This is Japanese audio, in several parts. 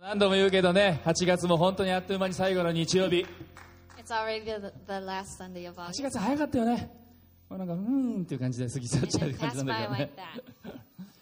何度も言うけどね、8月も本当にあっという間に最後の日曜日。 It's already the, the last Sunday of 8 August. 月早かったよね。まあ、なんか、うーんっていう感じで過ぎ去っちゃ And う it 感じな passed んだけ by どね like。that.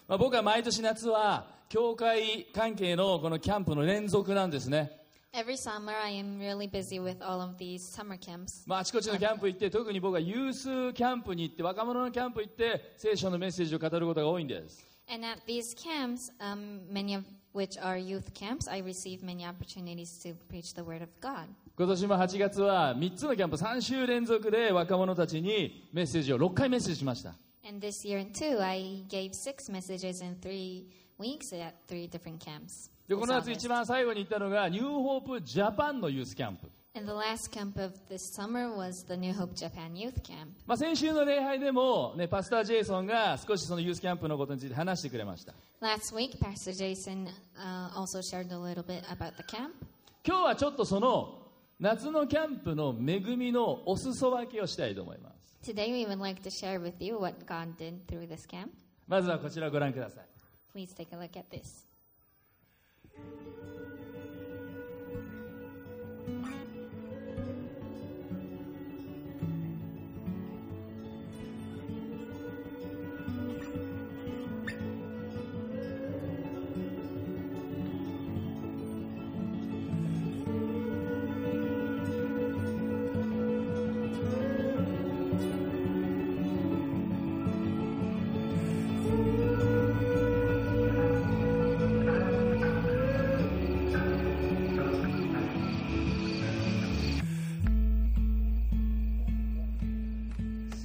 まあ、僕は毎年夏は、教会関係のこのキャンプの連続なんですね。 Every summer, I am really busy with all of these summer camps. まあ、あちこちのキャンプ行って、特に僕はユースキャンプに行って、若者のキャンプ行って、聖書のメッセージを語ることが多いんです。 And at these camps, um, many of which are youth camps, I receive many opportunities to preach the Word of God. 今年も8月は3つのキャンプ3週連続で若者たちにメッセージを6回メッセージしました And this year, too, I gave six messages in three weeks at three different camps. で this この夏 August. 一番最後に行ったのがニューホープジャパンのユースキャンプ、 And the last camp of this summer was the New Hope Japan Youth Camp. まあ、先週の礼拝でも、ね、パスター・ジェイソンが少しそのユースキャンプのことについて話してくれました Last week, Pastor Jason uh, also shared a little bit about the camp. 今日はちょっとその夏のキャンプの恵みのお裾分けをしたいと思います Today, we would like to share with you what God did through this camp. まずはこちらをご覧ください Please take a look at this.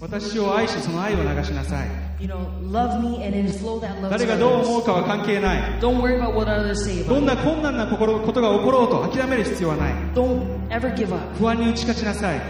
私を愛しその愛を流しなさい You know, love me and then flow that love 誰 to がどう思う others. かは関係ない Don't worry about what others say ど about ん you. な困難な心ことが起ころうと諦める必要はない Don't ever give up. 不安に打ち勝ちなさい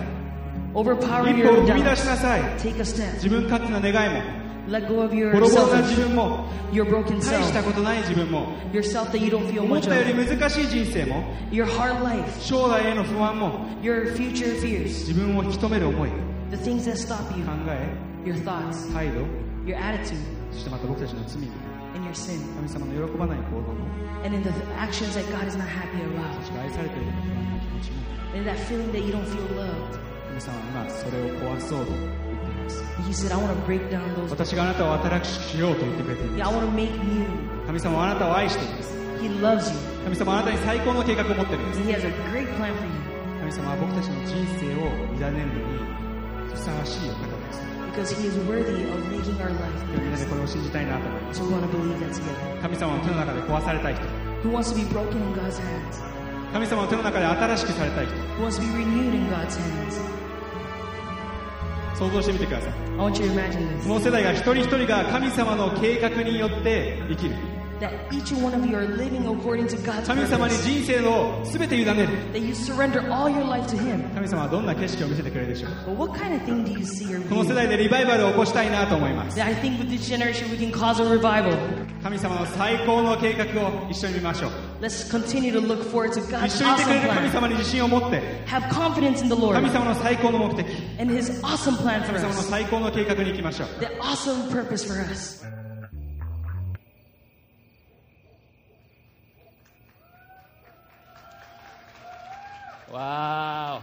Overpower 一歩 your を踏み出し doubts. なさい Take a step. 自分勝手な願いも Let go of ボ your ロボロな自 self, 分も your broken 大した self, ことない自分も yourself that you don't feel 思っ much たより of, 難しい人生も your hard life, 将来への不安も your future fears, 自分を引き止める思い考 the things that stop you, え your thoughts, 態度 your attitude, そしてまた僕たちの罪も and your sin, 神様の喜ばない行動も and in the actions that God is not happy about, 私が愛されていることの不安な気持ちも and that feeling that you don't feel loved. 皆さんは今それを壊そうと言っています He said, I want to break down those. 私があなたを新しくしようと言ってくれてい Yeah, ま I want to make you. す神様はあなたを愛しています He loves you, 神様はあなたに最高の計画を持っているんです and He has a great plan for 神 you. 様は僕たちの人生を委ねるのにふさわしいお方ですで because he is worthy of making our life みんなで better. これを信じたいなと思いま So we want to believe that together. す神様の手の中で壊されたい人 Who wants to be broken in God's hands? 神様の手の中で新しくされたい人 Who wants to be renewed in God's hands? 想像してみてください I want you to imagine そ this. の世代が一人一人が神様の計画によって生きる That each one of you are living according to God's 神様に purpose. 人生を全て委ねる That you surrender all your life to Him. 神様はどんな景色を見せてくれるでしょう But what kind of thing do you see or この世 view? 代でリバイバルを起こしたいなと思います That I think with this generation we can cause a revival. 神様の最高の計画を一緒に見ましょう Let's continue to look forward to 一 God's 緒にいてくれ awesome る神 plan. 様に自信を持って Have confidence in 神 the Lord 様の最高の目的神 and His awesome plan for 様の us. 最高の計画に行きましょう That awesome purpose for us. わー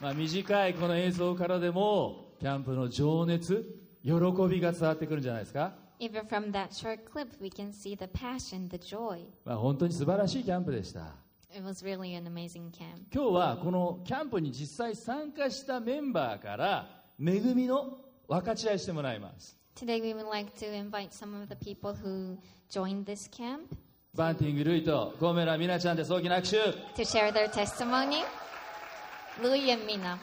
お、まあ、短いこの映像からでもキャンプの情熱喜びが伝わってくるんじゃないですか、 Even from that short clip, we can see the passion, the joy. まあ、本当に素晴らしいキャンプでした It was really an amazing camp. 今日はこのキャンプに実際参加したメンバーから恵みの分かち合いしてもらいます Today, we would like to invite some of the people who joined this camp バンティング・ルイとゴメラ・ミナちゃんです大きな握手 to share their testimony. Louis and Mina.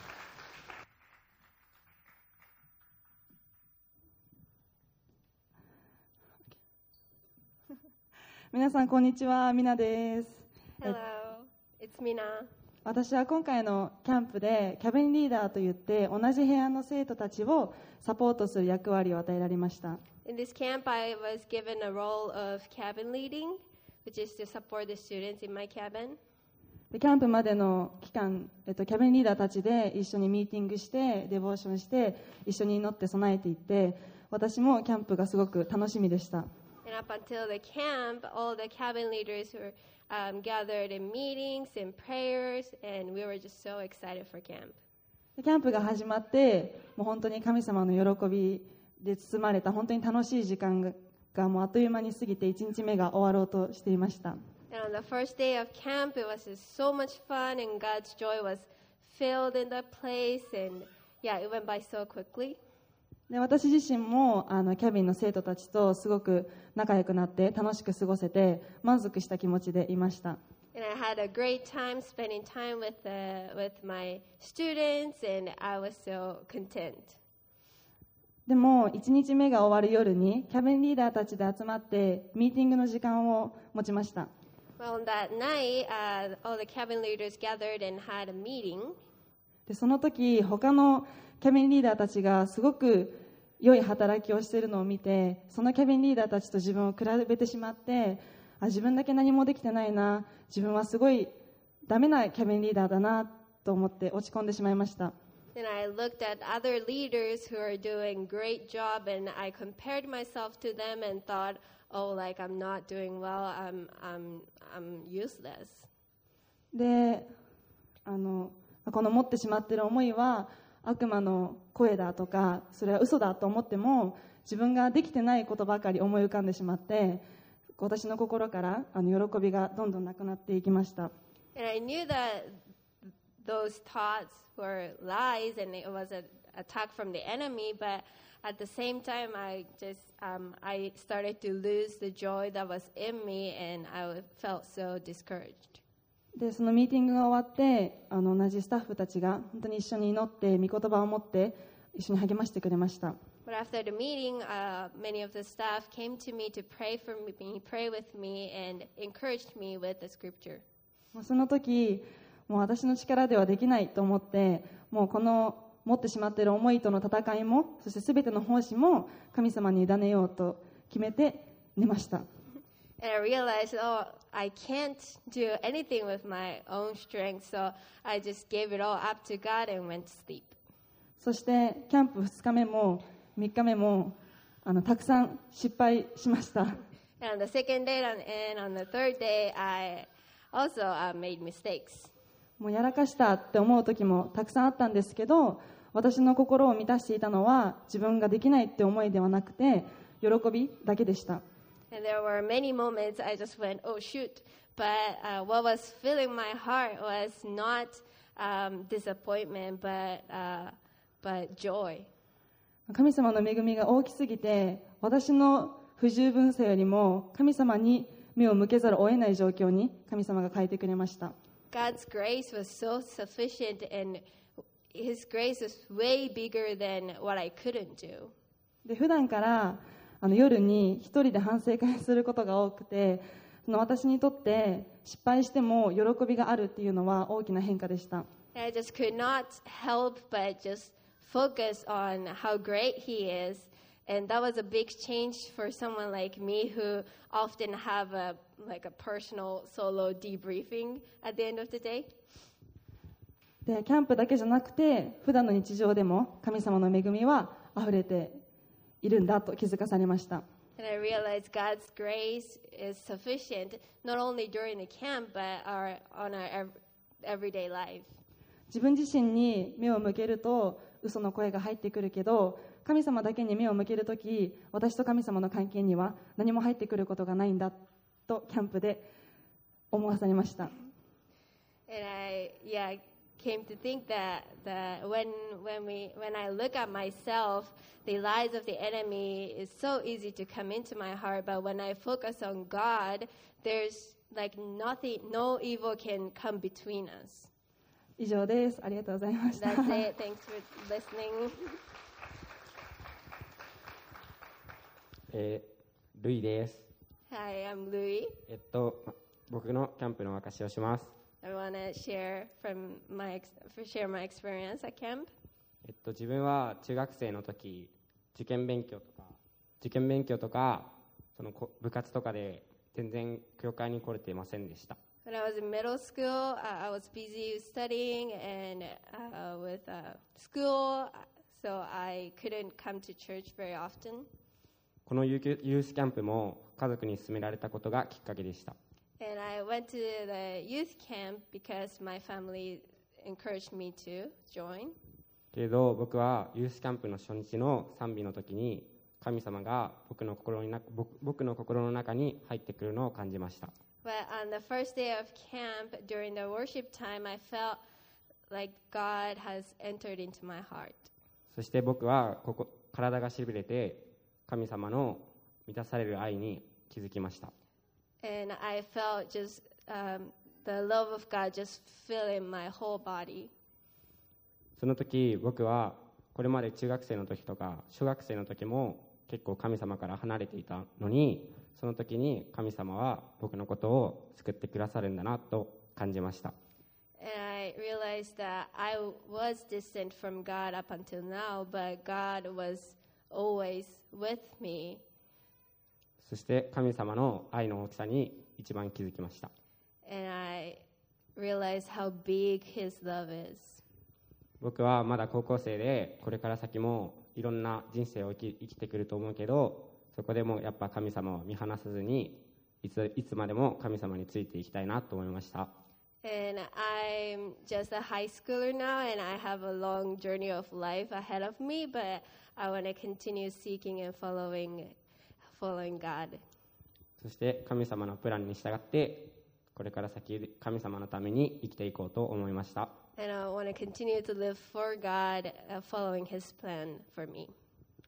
皆さんこんにちはみなです Hello, it's Mina. 私は今回のキャンプでキャビンリーダーといって同じ部屋の生徒たちをサポートする役割を与えられました In this camp, I was given a role of cabin leading, which is to support the students in my cabin. でキャンプまでの期間、えっと、キャビンリーダーたちで一緒にミーティングしてデボーションして一緒に祈って備えていって私もキャンプがすごく楽しみでした And up until the camp, all the cabin leaders were um, gathered in meetings and prayers, and we were just so excited for camp. でキャンプが始まってもう本当に神様の喜びで包まれた本当に楽しい時間ががもうあっという間に過ぎて1日目が終わろうとしていました And on the first day of camp, it was just so much fun, and God's joy was filled in the place, and yeah, it went by so quickly. で私自身もあのキャビンの生徒たちとすごく仲良くなって楽しく過ごせて満足した気持ちでいました And I had a great time spending time with, uh, with my students, and I was so content. でも1日目が終わる夜にキャビンリーダーたちで集まってミーティングの時間を持ちました Well, on that night, uh, all the cabin leaders gathered and had a meeting. でその時他のキャビンリーダーたちがすごく良い働きをしているのを見てそのキャビンリーダーたちと自分を比べてしまってあ自分だけ何もできてないな自分はすごいダメなキャビンリーダーだなと思って落ち込んでしまいました And I looked at other leaders who are doing great job, and I compared myself to them and thought, "Oh, like I'm not doing well. I'm I'm I'm useless." であのこの持ってしまっている思いは悪魔の声だとかそれは嘘だと思っても自分ができてないことばかり思い浮かんでしまって私の心からあの喜びがどんどんなくなっていきました And I knew that those thoughts were lies, and it was an attack from the enemy. But at the same time, I just um, I started to lose the joy that was in me, and I felt so discouraged. でそのミーティングが終わってあの同じスタッフたちが本当に一緒に祈って御言葉を持って一緒に励ましてくれました But after the meeting, uh, many of the staff came to me to pray for me, pray with me, and encouraged me with the scripture. もうその時もう私の力ではできないと思ってもうこの持ってしまっている思いとの戦いもそして全ての奉仕も神様に委ねようと決めて寝ました And I realized, oh, I can't do anything with my own strength, so I just gave it all up to God and went to sleep. そしてキャンプ2日目も3日目もあのたくさん失敗しました And on the second day and- and on the third day, I also uh, made mistakes. もうやらかしたって思う時もたくさんあったんですけど私の心を満たしていたのは自分ができないって思いではなくて喜びだけでした And there were many moments I just went, oh shoot. But uh, what was filling my heart was not um, disappointment, but, uh, but joy. 神様の恵みが大きすぎて私の不十分さよりも神様に目を向けざるを得ない状況に神様が変えてくれました God's grace was so sufficient, and His grace is way bigger than what I couldn't do. で普段からあの夜に一人で反省会することが多くてその私にとって失敗しても喜びがあるっていうのは大きな変化でした And I just could not help but just focus on how great He is. And that was a big change for someone like me who often have a like a personal solo debriefing at the end of the day. でキャンプだけじゃなくて普段の日常でも神様の恵みは溢れているんだと気づかされました And I realized God's grace is sufficient not only during the camp but our, on our ev- everyday life. 自分自身に目を向けると嘘の声が入ってくるけど神様だけに目を向けるとき私と神様の関係には何も入ってくることがないんだとキャンプで思わされました And I yeah came to think that that when when we when I look at myself, the lies of the enemy is so easy to come into my heart. But when I focus on God, there's like nothing, no evil can come between us. 以上ですありがとうございました That's it. Thanks for listening. えー、ルイです。 Hi, I'm Louis. えっと、ま僕のキャンプの証しをします。 I want to share from my ex- for share my experience at camp. えっと、自分は中学生の時、受験勉強とか、受験勉強とか、そのこ部活とかで全然教会に来れてませんでした。 When I was in middle school, uh, I was busy studying and uh, with uh, school, so I couldn't come to church very often. このユーキュユースキャンプも家族に勧められたことがきっかけでした。 And I I went to the youth camp because my family encouraged me to join. けれど僕はユースキャンプの初日の賛美の時に神様が僕の心にな僕僕の心の中に入ってくるのを感じました But on the first day of camp, during the worship time, I felt like God has entered into my heart. そして僕はここ体がしびれて神様の満たされる愛に気づきました And I felt just um, the love of God just filling my whole body. その時僕はこれまで中学生の時とか小学生の時も結構神様から離れていたのにその時に神様は僕のことを救ってくださるんだなと感じました And I realized that I was distant from God up until now, but God was always with me. そして神様の愛の大きさに一番気づきました And I realized how big His love is. 僕はまだ高校生でこれから先もいろんな人生を生き生きてくると思うけどそこでもやっぱ神様を見放さずにいついつまでも神様についていきたいなと思いました And I'm just a high schooler now, and I have a long journey of life ahead of me, but I want to continue seeking and following, following God. そして神様のプランに従ってこれから先神様のために生きていこうと思いました And I want to continue to live for God, uh, following His plan for me.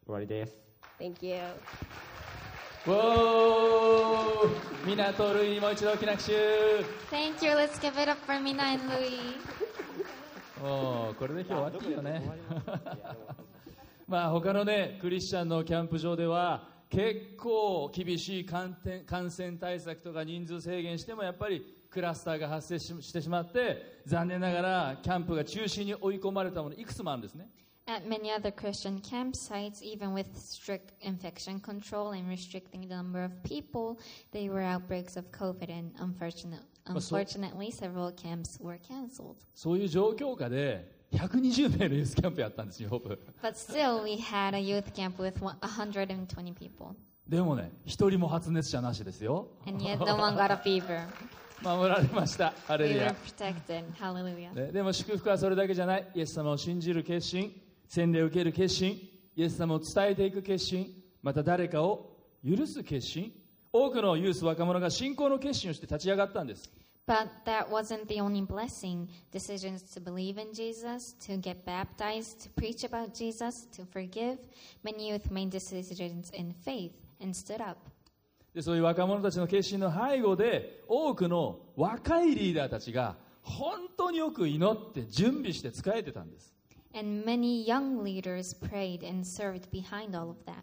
終わりです Thank you. ウォーミナとルイにもう一度大きな拍手 Thank you. Let's give it up for Mina and Louis. おーこれで今日終わっていいよねまあ他のねクリスチャンのキャンプ場では結構厳しい感染感染対策とか人数制限してもやっぱりクラスターが発生ししてしまって残念ながらキャンプが中止に追い込まれたものいくつもあるんですね At many other Christian campsites, even with strict infection control and restricting the number of people, there were outbreaks of COVID, and unfortunate, so- unfortunately, several camps were canceled. そういう状況下で120名のユースキャンプやったんですよ僕 But still, we had a youth camp with one- 120 people, でもね一人も発熱者なしですよ and yet no one got a fever. 守られましたハレ We ル were ヤ protected. Hallelujah. ね、でも祝福はそれだけじゃないイエス様を信じる決心洗礼を受ける決心イエス様を伝えていく決心また誰かを許す決心多くのユース若者が信仰の決心をして立ち上がったんです But that wasn't the only blessing. Decisions to believe in Jesus, to get baptized, to preach about Jesus, to forgive. Many youth made decisions in faith and stood up. でそういう若者たちの決心の背後で多くの若いリーダーたちが本当によく祈って準備して仕えてたんです And many young leaders prayed and served behind all of that.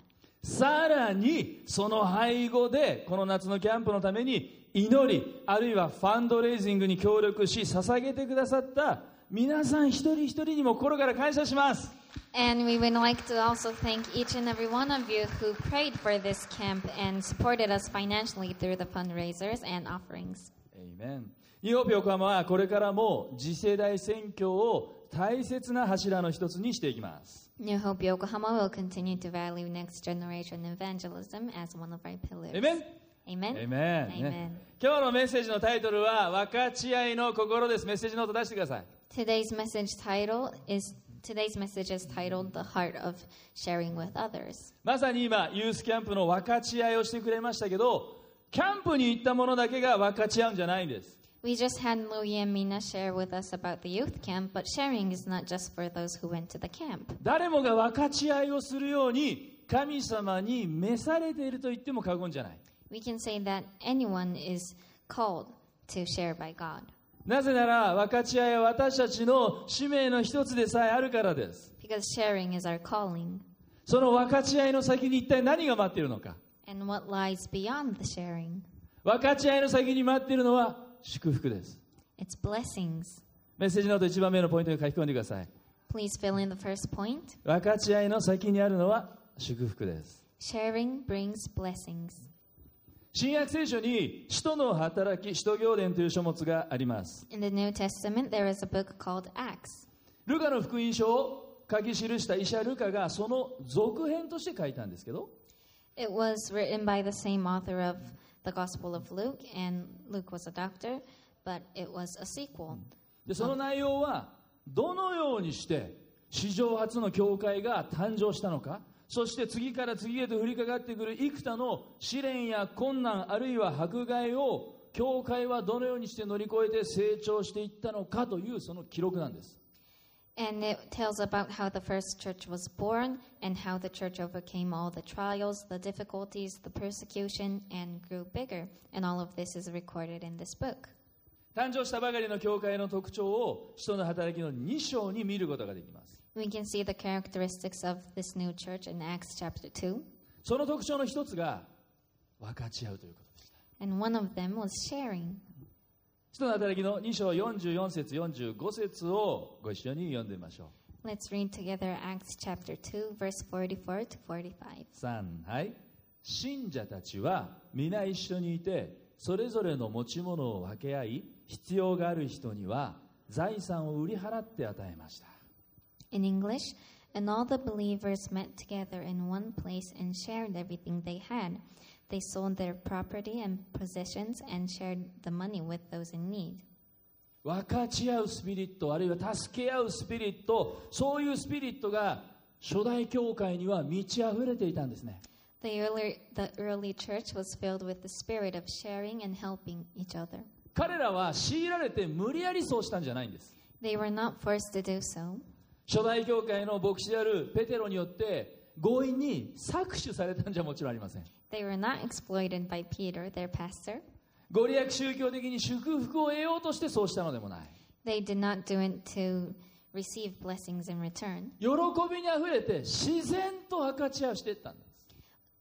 さらにその背後でこの夏のキャンプのために祈りあるいはファンドレイジングに協力し捧げてくださった皆さん一人一人にも心から感謝します And we would like to also thank each and every one of you who prayed for this camp and supported us financially through the fundraisers and offerings. エイメンニューホープ横浜はこれからも次世代選挙を大切な柱の一つにしていきます New Hope Yokohama will continue to value next generation evangelism as one of our エイ pillars. メン Amen. エイメン、ね Amen.、今日のメッセージのタイトルは「分かち合いの心」ですメッセージノート出してください Today's message title is today's message is titled "The Heart of Sharing with Others." まさに今ユースキャンプの分かち合いをしてくれましたけどキャンプに行ったものだけが分かち合うんじゃないんです We just had Louie and Mina share with us about the youth camp, but sharing is not just for those who went to the camp. 誰もが分かち合いをするように神様に召されていると言っても過言じゃない We can say that anyone is called to share by God なぜなら分かち合いは私たちの使命の一つでさえあるからです because sharing is our calling. その分かち合いの先に一体何が待っているのか And what lies beyond the sharing? 分かち合いの先に待っているのは祝福です It's blessings. メッセージノート1番目のポイントに書き込んでください Please fill in the first point. 分かち合いの先にあるのは祝福です Sharing brings blessings. 新約聖書に使徒の働き使徒行伝という書物があります In the New Testament, there is a book called Acts. ルカの福音書を書き記した医者ルカがその続編として書いたんですけど It was written by the same author of the Gospel of Luke, and Luke was a doctor, but it was a sequel. でその内容はどのようにして史上初の教会が誕生したのかそして次から次へと降りかかってくる幾多の試練や困難あるいは迫害を教会はどのようにして乗り越えて成長していったのかというその記録なんです And it tells about how the first church was born and how the church overcame all the trials, the difficulties, the persecution, and grew bigger. And all of this is recorded in this book. 誕生したばかりの教会の特徴を使徒の働きの2章に見ることができます We can see the characteristics of this new church in Acts chapter 2. その特徴の一つが分かち合うということでした And one of them was sharing. 使徒の働きの2章44節45節をご一緒に読んでみましょう Let's read together Acts chapter 2, verse 44 to 45. 3はい信者たちは皆一緒にいてそれぞれの持ち物を分け合い必要がある人には財産を売り払って与えました In English, and all the believers met together in one place and shared everything they had. They sold their property and possessions and shared the money with those in need. 分かち合うスピリットあるいは助け合うスピリットそういうスピリットが初代教会には満ち溢れていたんですね The early, the early church was filled with the spirit of sharing and helping each other. 彼らは強いられて無理やりそうしたんじゃないんです They were not forced to do so. 初代教会の牧師であるペテロによって強引に搾取されたんじゃもちろんありません They were not exploited by Peter, their pastor. ご利益宗教的に祝福を得ようとしてそうしたのでもない They did not do it to receive blessings in return. 喜びにあふれて自然と分かち合いをしていったんです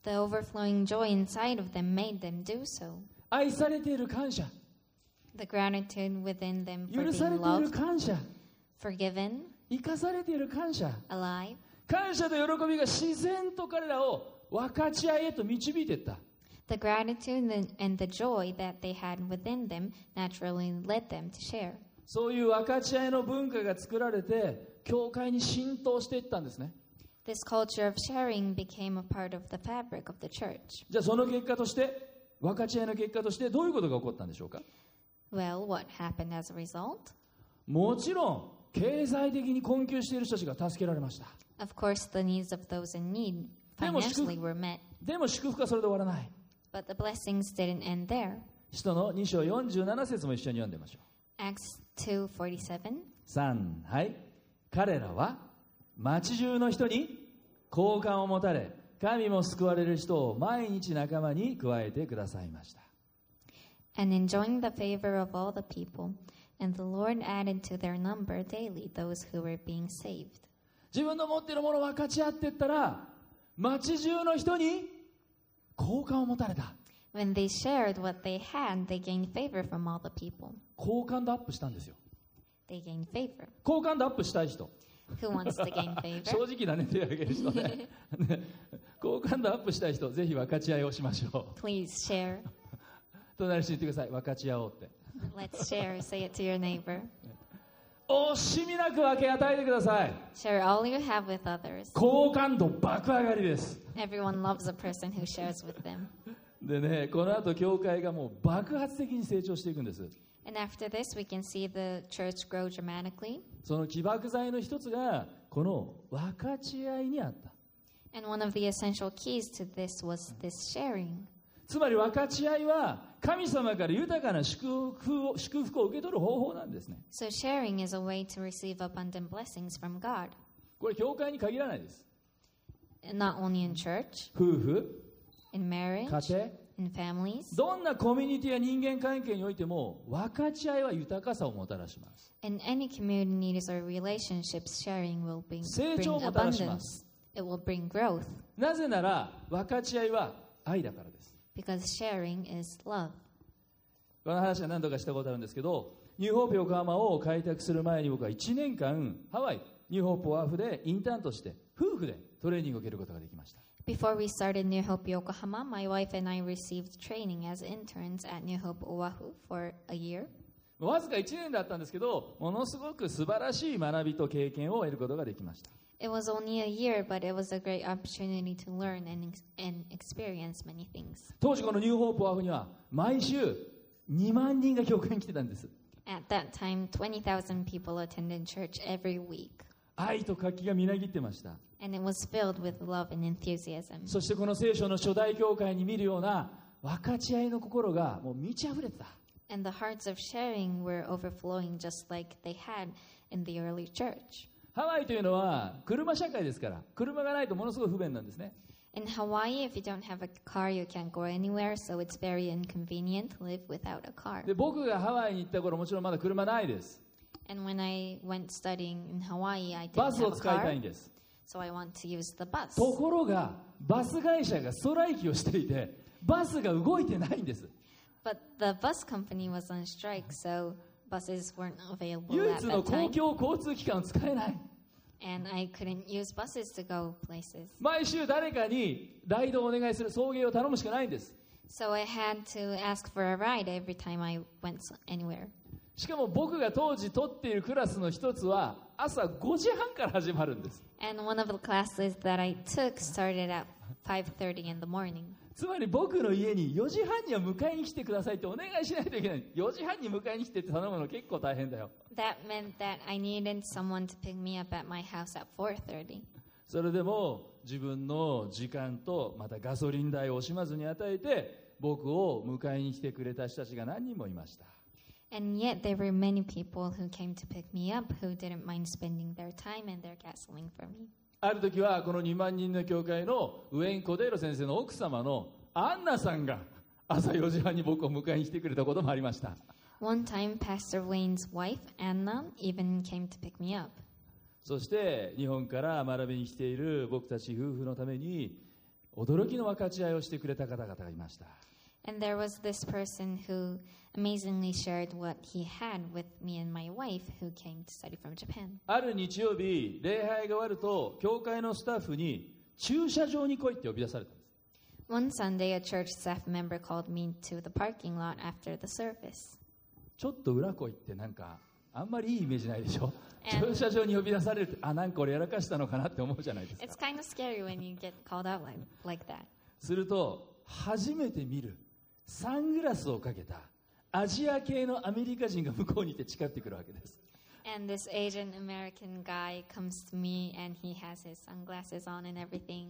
The overflowing joy inside of them made them do so. 愛されている感謝 The gratitude within them for 許され being ている loved, 感謝 forgiven, 生かされている感謝 alive. 感謝と喜びが自然と彼らを分かち合いへと導いていった The gratitude and- and the joy that they had within them naturally led them to share. そういう分かち合いの文化が作られて教会に浸透していったんですね This culture of sharing became a part of the fabric of the church. じゃあその結果として分かち合いの結果としてどういうことが起こったんでしょうか Well, what happened as a result? もちろん経済的に困窮している人たちが助けられました Of course, the needs of those in need でも祝- financially were met, でも祝福はそれで終わらない but the blessings didn't end there. 使徒の2章47節も一緒に読んでみましょ Acts 2:47. う3はい彼らは町中の人に好感を持たれ神も救われる人を毎日仲間に加えてくださいました and enjoying the favor of all the people. And the Lord added to their number daily those who were being saved. 自分の持っているものを分かち合っていったら町中の人に好感を持たれた When they shared what they had, they gained favor from all the people. 好感度アップしたんですよ They gained favor. 好感度アップしたい人 Who wants to gain 正 favor? 直だね手を挙げる人ねね好感度アップしたい人ぜひ分かち合いをしましょ Please share. う隣の人に言ってください分かち合おうって Let's share. Say it to your neighbor. 惜しみなく分け与えてください Share all you have with others. 好感度爆上がりです Everyone loves a person who shares with them. でねこの後教会がもう爆発的に成長していくんです And after this, we can see the church grow dramatically. その起爆剤の一つがこの分かち合いにあった And one of the essential keys to this was this sharing. つまり分かち合いは神様から豊かな祝福を祝福を受け取る方法なんですね So, sharing is a way to receive abundant blessings from God, これ教会に限らないです and not only in church, 夫婦 in 家 marriage, 庭 in families, どんなコミュニティや人間関係においても分かち合いは豊かさをもたらします in any communities or relationships. Sharing will bring, 成長を bring もたらします。 abundance. It will bring growth なぜなら分かち合いは愛だからです because sharing is love. この話は何度かしたことあるんですけどニューホープ横浜を開拓する前に僕は1年間ハワイニューホープオアフでインターンとして夫婦でトレーニングを受けることができました Before we started New Hope Yokohama, my wife and I received training as interns at New Hope Oahu for a year. わずか1年だったんですけど、ものすごく素晴らしい学びと経験を得ることができました。 It was only a year, but it was a great opportunity to learn and, ex- and experience many things. 当時このニューホープオアフには、毎週2万人が教会に来てたんです。 At that time, 20,000 people attended church every week, 愛と活気がみなぎってました。 and it was filled with love and enthusiasm. そしてこの聖書の初代教会に見るような分かち合いの心がもう満ち溢れてた。 And the hearts of sharing were overflowing just like they had in the early church. ハワイというのは車社会ですから、車がないとものすごい不便なんですね。 In Hawaii, if you don't have a car, you can't go anywhere, so it's very inconvenient to live without a car. で、僕がハワイに行った頃もちろんまだ車ないです。 And when I went studying in Hawaii, I バ didn't スを have a 使いた car, いんです。 so I want to use the bus. ところが、バス会社がストライキをしていて、バスが動いてないんです。 But the bus company was on strike, so buses weren't available 唯 at 一の that 公 time, 共交通機関を使えない。 and I couldn't use buses to go places. 毎週誰かにライドをお願いする送迎を頼むしかないんです。 So I had to ask for a ride every time I went s- anywhere. しかも僕が当時取っているクラスの一つは朝5時半から始まるんです。 And one of the classes that I took started at 5:30 in the morning. つまり僕の家に4時半には迎えに来てくださいってお願いしないといけない。4時半に迎えに来てって頼むの結構大変だよ。 That meant that I needed someone to pick me up at my house at 4:30. それでも自分の時間とまたガソリン代を惜しまずに与えて僕を迎えに来てくれた人たちが何人もいました。 And yet there were many people who came to pick me up who didn't mind spending their time and their gasoline for me. ある時はこの2万人の教会のウェイン・コデーロ先生の奥様のアンナさんが朝4時半に僕を迎えに来てくれたこともありました。 One time, Pastor Wayne's wife, Anna, even came to pick me up. そして日本から学びに来ている僕たち夫婦のために驚きの分かち合いをしてくれた方々がいました And there was this person who amazingly shared what he had with me and my wife who came to study from Japan. ある日曜日礼拝が終わると教会のスタッフに駐車場に来いって呼び出されたんです One Sunday, a church staff member called me to the parking lot after the service. ちょっと裏来いってなんかあんまりいいイメージないでしょ And- 駐車場に呼び出されるってあなんか俺やらかしたのかなって思うじゃないです It's か kind of scary when you get called out like, like that. すると初めて見るサングラスをかけたアジア系のアメリカ人が向こうにいて近寄ってくるわけです And this Asian American guy comes to me and he has his sunglasses on and everything.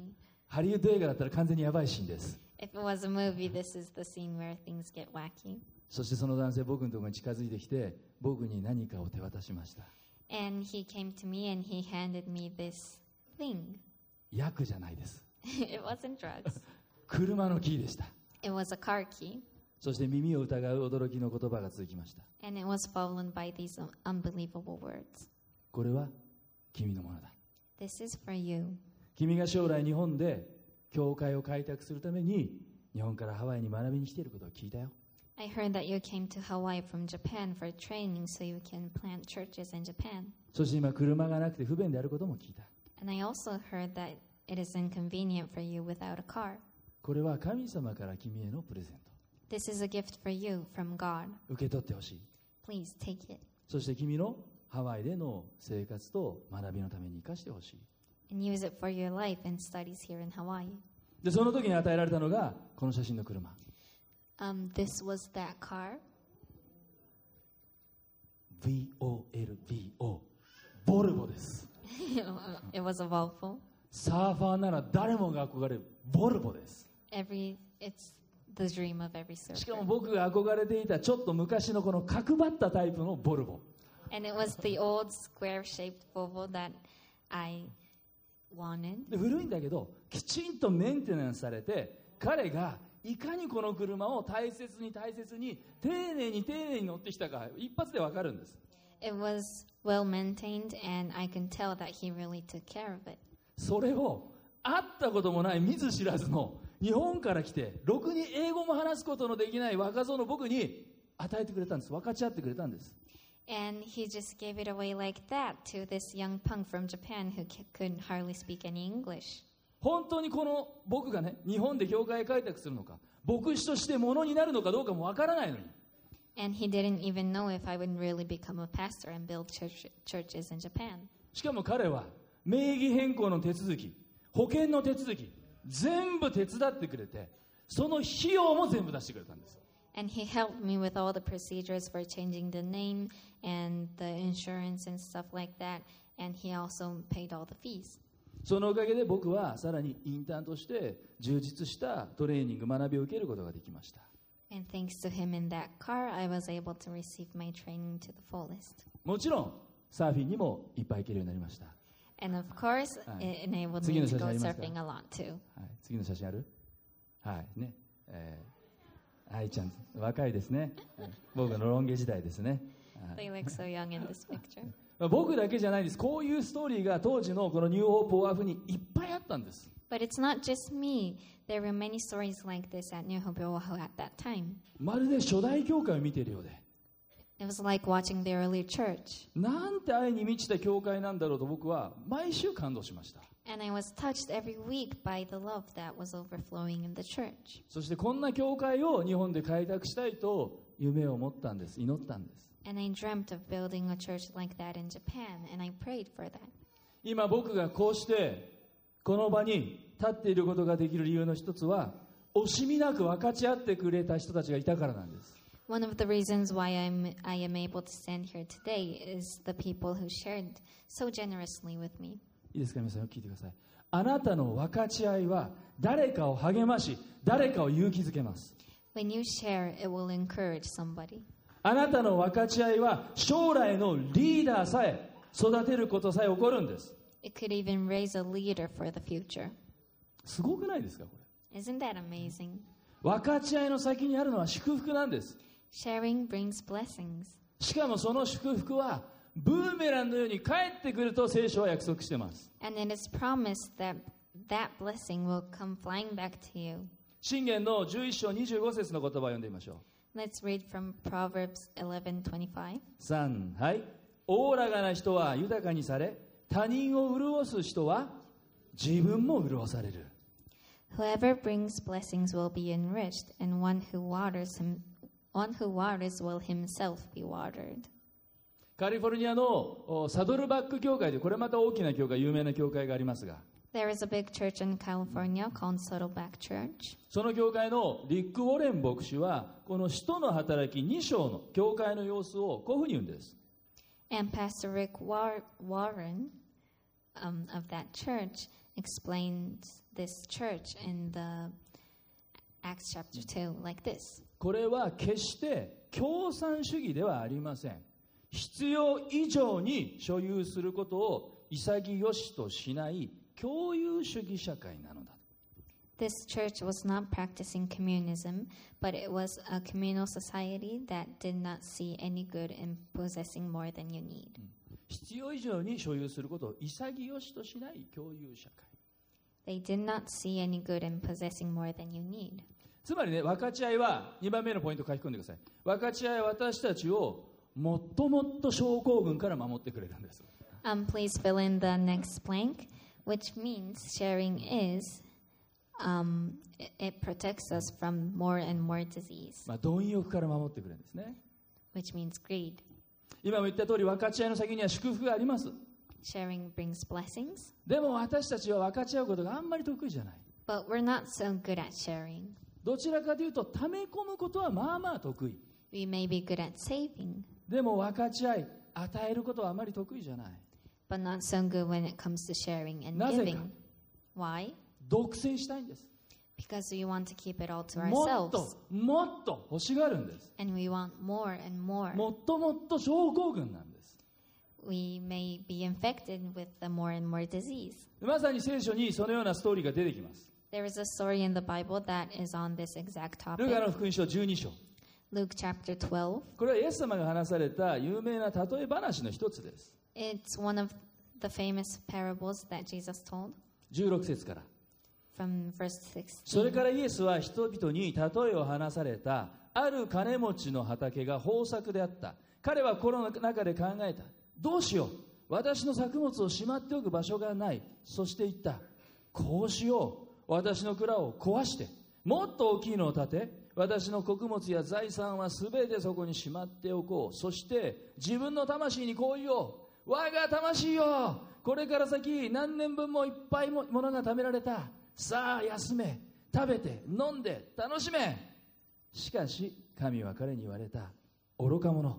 ハリウッド映画だったら完全にやばいシーンです If it was a movie, this is the scene where things get wacky. そしてその男性僕のところに近づいてきて僕に何かを手渡しました And he came to me and he handed me this thing. 薬じゃないです it wasn't drugs, 車のキーでした it was a car key. そして耳を疑う驚きの言葉が続きました And it was followed by these un- unbelievable words これは君のものだ This is for you. 君が将来日本で教会を開拓するために日本からハワイに学びに来ていることを聞いたよ I heard that you came to Hawaii from Japan for training so you can plant churches in Japan. そして今車がなくて不便であることも聞いた And I also heard that it is inconvenient for you without a car. これは神様から君へのプレゼン This is a gift for you from God. ト受け取ってほしい Please take it そして君のハワイでの生活と学びのために生かしてほしい and use it for your life and studies here in Hawaii. でその時に与えられたのがこの写真の車 Um, this was that car. VOLVO ボルボです it was a Volvo. サーファーなら誰もが憧れるボルボです Every it's the dream of every しか surfer. も僕が憧れていたちょっと昔のこの角張ったタイプのボルボ And it was the old square-shaped Volvo that I wanted. で古いんだけどきちんとメンテナンスされて彼がいかにこの車を大切に大切に丁寧に丁寧に乗ってきたか一発でわかるんです It was well maintained, and I can tell that he really took care of it. それを会ったこともない見ず知らずの日本から来てろくに英語も話すことのできない若造の僕に与えてくれたんです分かち合ってくれたんです And he just gave it away like that to this young punk from Japan who c- couldn't hardly speak any English. 本当にこの僕がね日本で教会開拓するのか牧師としてものになるのかどうかも分からないのに And he didn't even know if I would really become a pastor and build church, churches in Japan. しかも彼は名義変更の手続き保険の手続き全部手伝ってくれてその費用も全部出してくれたんです And he helped me with all the procedures for changing the name and the insurance and stuff like that. And he also paid all the fees. そのおかげで僕はさらにインターンとして充実したトレーニング学びを受けることができました And thanks to him in that car, I was able to receive my training to the fullest. もちろんサーフィンにもいっぱい行けるようになりました、は And of course, it enabled me 次の to 写真 go ありますか？ surfing a lot too. い、次の写真あるはいねえー愛ちゃん若いですねはい僕のロン毛時代ですね They look so young in this picture. まあ僕だけじゃないですこういうストーリーが当時のこのニューホープオアフにいっぱいあったんです But it's not just me. There were many stories like this at New Hope Oahu at that time. まるで初代教会を見ているようで It was like watching the early church. なんて愛に満ちた教会なんだろうと僕は毎週感動しました And I was touched every week by the love that was overflowing in the church. そしてこんな教会を日本で開拓したいと夢を持ったんです祈ったんです And I dreamt of building a church like that in Japan, and I prayed for that. 今僕がこうしてこの場に立っていることができる理由の一つは惜しみなく分かち合ってくれた人たちがいたからなんです One of the reasons why I'm, I am able to stand here today is the people who shared so generously with me. いいですか皆さんよく聞いてくださいあなたの分かち合いは誰かを励まし誰かを勇気づけます When you share, it will encourage somebody. あなたの分かち合いは将来のリーダーさえ育てることさえ起こるんです It could even raise a leader for the future. すごくないですかこれ Isn't that amazing? 分かち合いの先にあるのは祝福なんです Sharing brings blessings. しかもその祝福はブーメランのように帰ってくると聖書は約束してます And it is promised that that blessing will come flying back to you. 信玄の11章25節の言葉を読んでみましょ Let's read from Proverbs 11:25. う3はいおおらかな人は豊かにされ他人を潤す人は自分も潤される Whoever brings blessings will be enriched, and one who waters him one who waters will himself be watered. カリフォルニアのおサドルバック教会でこれまた大きな教会有名な教会がありますが There is a big church in California called Saddleback Church. その教会のリック・ウォレン牧師はこの「使徒の働き2章」の教会の様子をこういうふうに言うんです And Pastor Rick War- Warren um, of that church explained this church in the Acts chapter 2 like this. これは決して共産主義ではありません必要以上に所有することを潔しとしない共有主義社会なのだ This church was not practicing communism, but it was a communal society that did not see any good in possessing more than you need. 必要以上に所有することを潔しとしない共有社会 They did not see any good in possessing more than you need. つまりね分かち合いは2番目のポイント書き込んでください分かち合いは私たちをもっともっと症候群から守ってくれるんです Um, please fill in the next blank, which means sharing is um, it, it protects us from more and more disease, まあ、貪欲から守ってくれるんですね which means greed. 今も言った通り分かち合いの先には祝福があります Sharing brings blessings, でも私たちは分かち合うことがあんまり得意じゃない but we're not so good at sharing. どちらかというと溜め込むことはまあまあ得意 We may be good at saving, でも分かち合い与えることはあまり得意じゃない but not so good when it comes to sharing and なぜか。 giving. Why? 独占したいんです Because we want to keep it all to もっ ourselves, ともっと欲しがるんです and we want more and more. もっともっと症候群なんです We may be infected with the more and more disease. まさに聖書にそのようなストーリーが出てきます There is a story in the Bible that is on this exact ルカ topic. の福音書12章 Luke chapter 12. これはイエス様が話された有名な例え話の一つです It's one of the famous parables that Jesus told 16節から from verse それ 16. からイエスは人々に例えを話されたある金持ちの畑が豊作であった彼は心の中で考えたどうしよう私の作物をしまっておく場所がないそして言ったこうしよう私の蔵を壊してもっと大きいのを建て私の穀物や財産は全てそこにしまっておこうそして自分の魂にこう言おう我が魂よこれから先何年分もいっぱいもものが貯められたさあ休め食べて飲んで楽しめしかし神は彼に言われた愚か者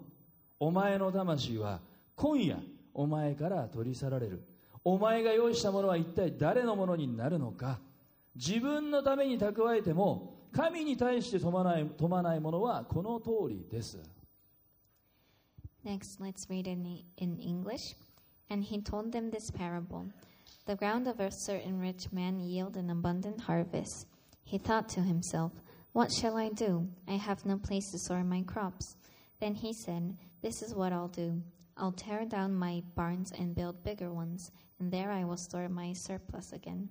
お前の魂は今夜お前から取り去られるお前が用意したものは一体誰のものになるのか自分のために蓄えても神に対して富まない富まないものはこの通りです Next, let's read in, E, in English. And he told them this parable The ground of a certain rich man yielded an abundant harvest. He thought to himself, What shall I do? I have no place to store my crops. Then he said, This is what I'll do. I'll tear down my barns and build bigger ones, and there I will store my surplus again.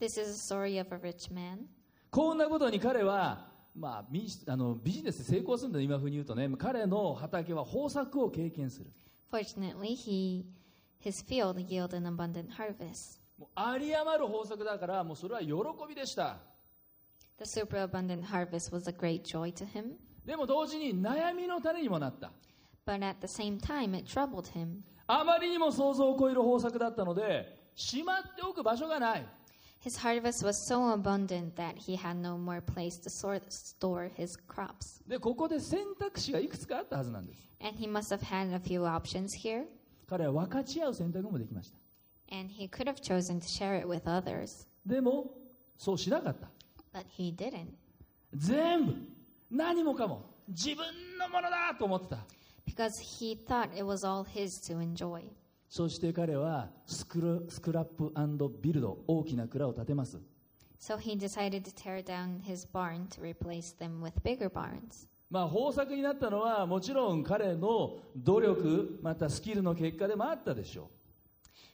This is a story of a rich man. こんなことに彼は、まあ、ビジあのビジネスで成功するんだよ今風に言うとね彼の畑は豊作を経験する Fortunately, he his field yielded an abundant harvest. もう有り余る豊作だからもうそれは喜びでした The superabundant harvest was a great joy to him, でも同時に悩みの種にもなった but at the same time it troubled him. あまりにも想像を超える豊作だったのでしまっておく場所がない His harvest was so abundant that he had no more place to sor- store his crops, でここで選択肢がいくつかあったはずなんです and he must have had a few options here, 彼は分かち合う選択もできました and he could have chosen to share it with others, でもそうしなかった but he didn't 全部何もかも自分のものだと思ってた because he thought it was all his to enjoy. そして彼はスクロスクラップビルド大きな蔵を建てます So he decided to tear down his barn to replace them with bigger barns. まあ豊作になったのはもちろん彼の努力またスキルの結果でもあったでしょ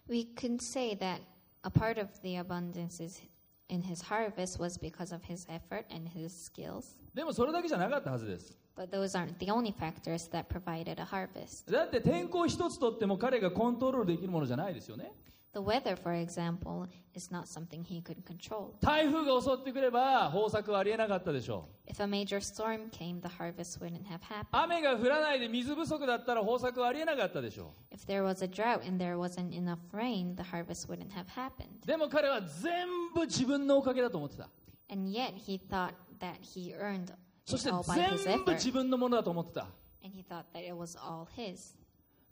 う We can say that a part of the abundance is in his harvest was because of his effort and his skills. でもそれだけじゃなかったはずです But those aren't the only factors that provided a harvest. だって天候一つとっても彼がコントロールできるものじゃないですよね The weather, for example, is not something he could control. 台風が襲ってくれば豊作はありえなかったでしょう If a major storm came, the harvest wouldn't have happened. 雨が降らないで水不足だったら豊作はありえなかったでしょ If there was a drought and there wasn't enough rain, the harvest wouldn't have happened. うでも彼は全部自分のおかげだと思ってた And yet he thought that he earned そし it て all by his 全部自 effort. 分のものだと思ってた And he thought that it was all his.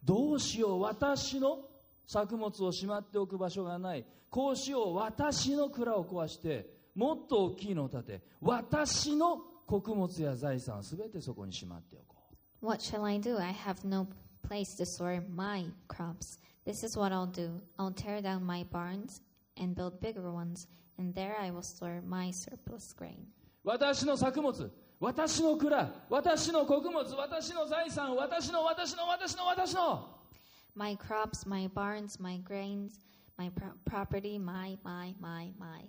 どうしよう私の作物をしまっておく場所がないこうしよう私の蔵を壊してもっと大きいのを建て私の穀物や財産は全てそこにしまっておこう What shall I do? I have no place to store my crops. This is what I'll do. I'll tear down my barns and build bigger ones, and there I will store my surplus grain. 私の作物私の蔵私の穀物私の財産私の私の私の私の My crops, my barns, my grains, my pro- property, my, my, my, my.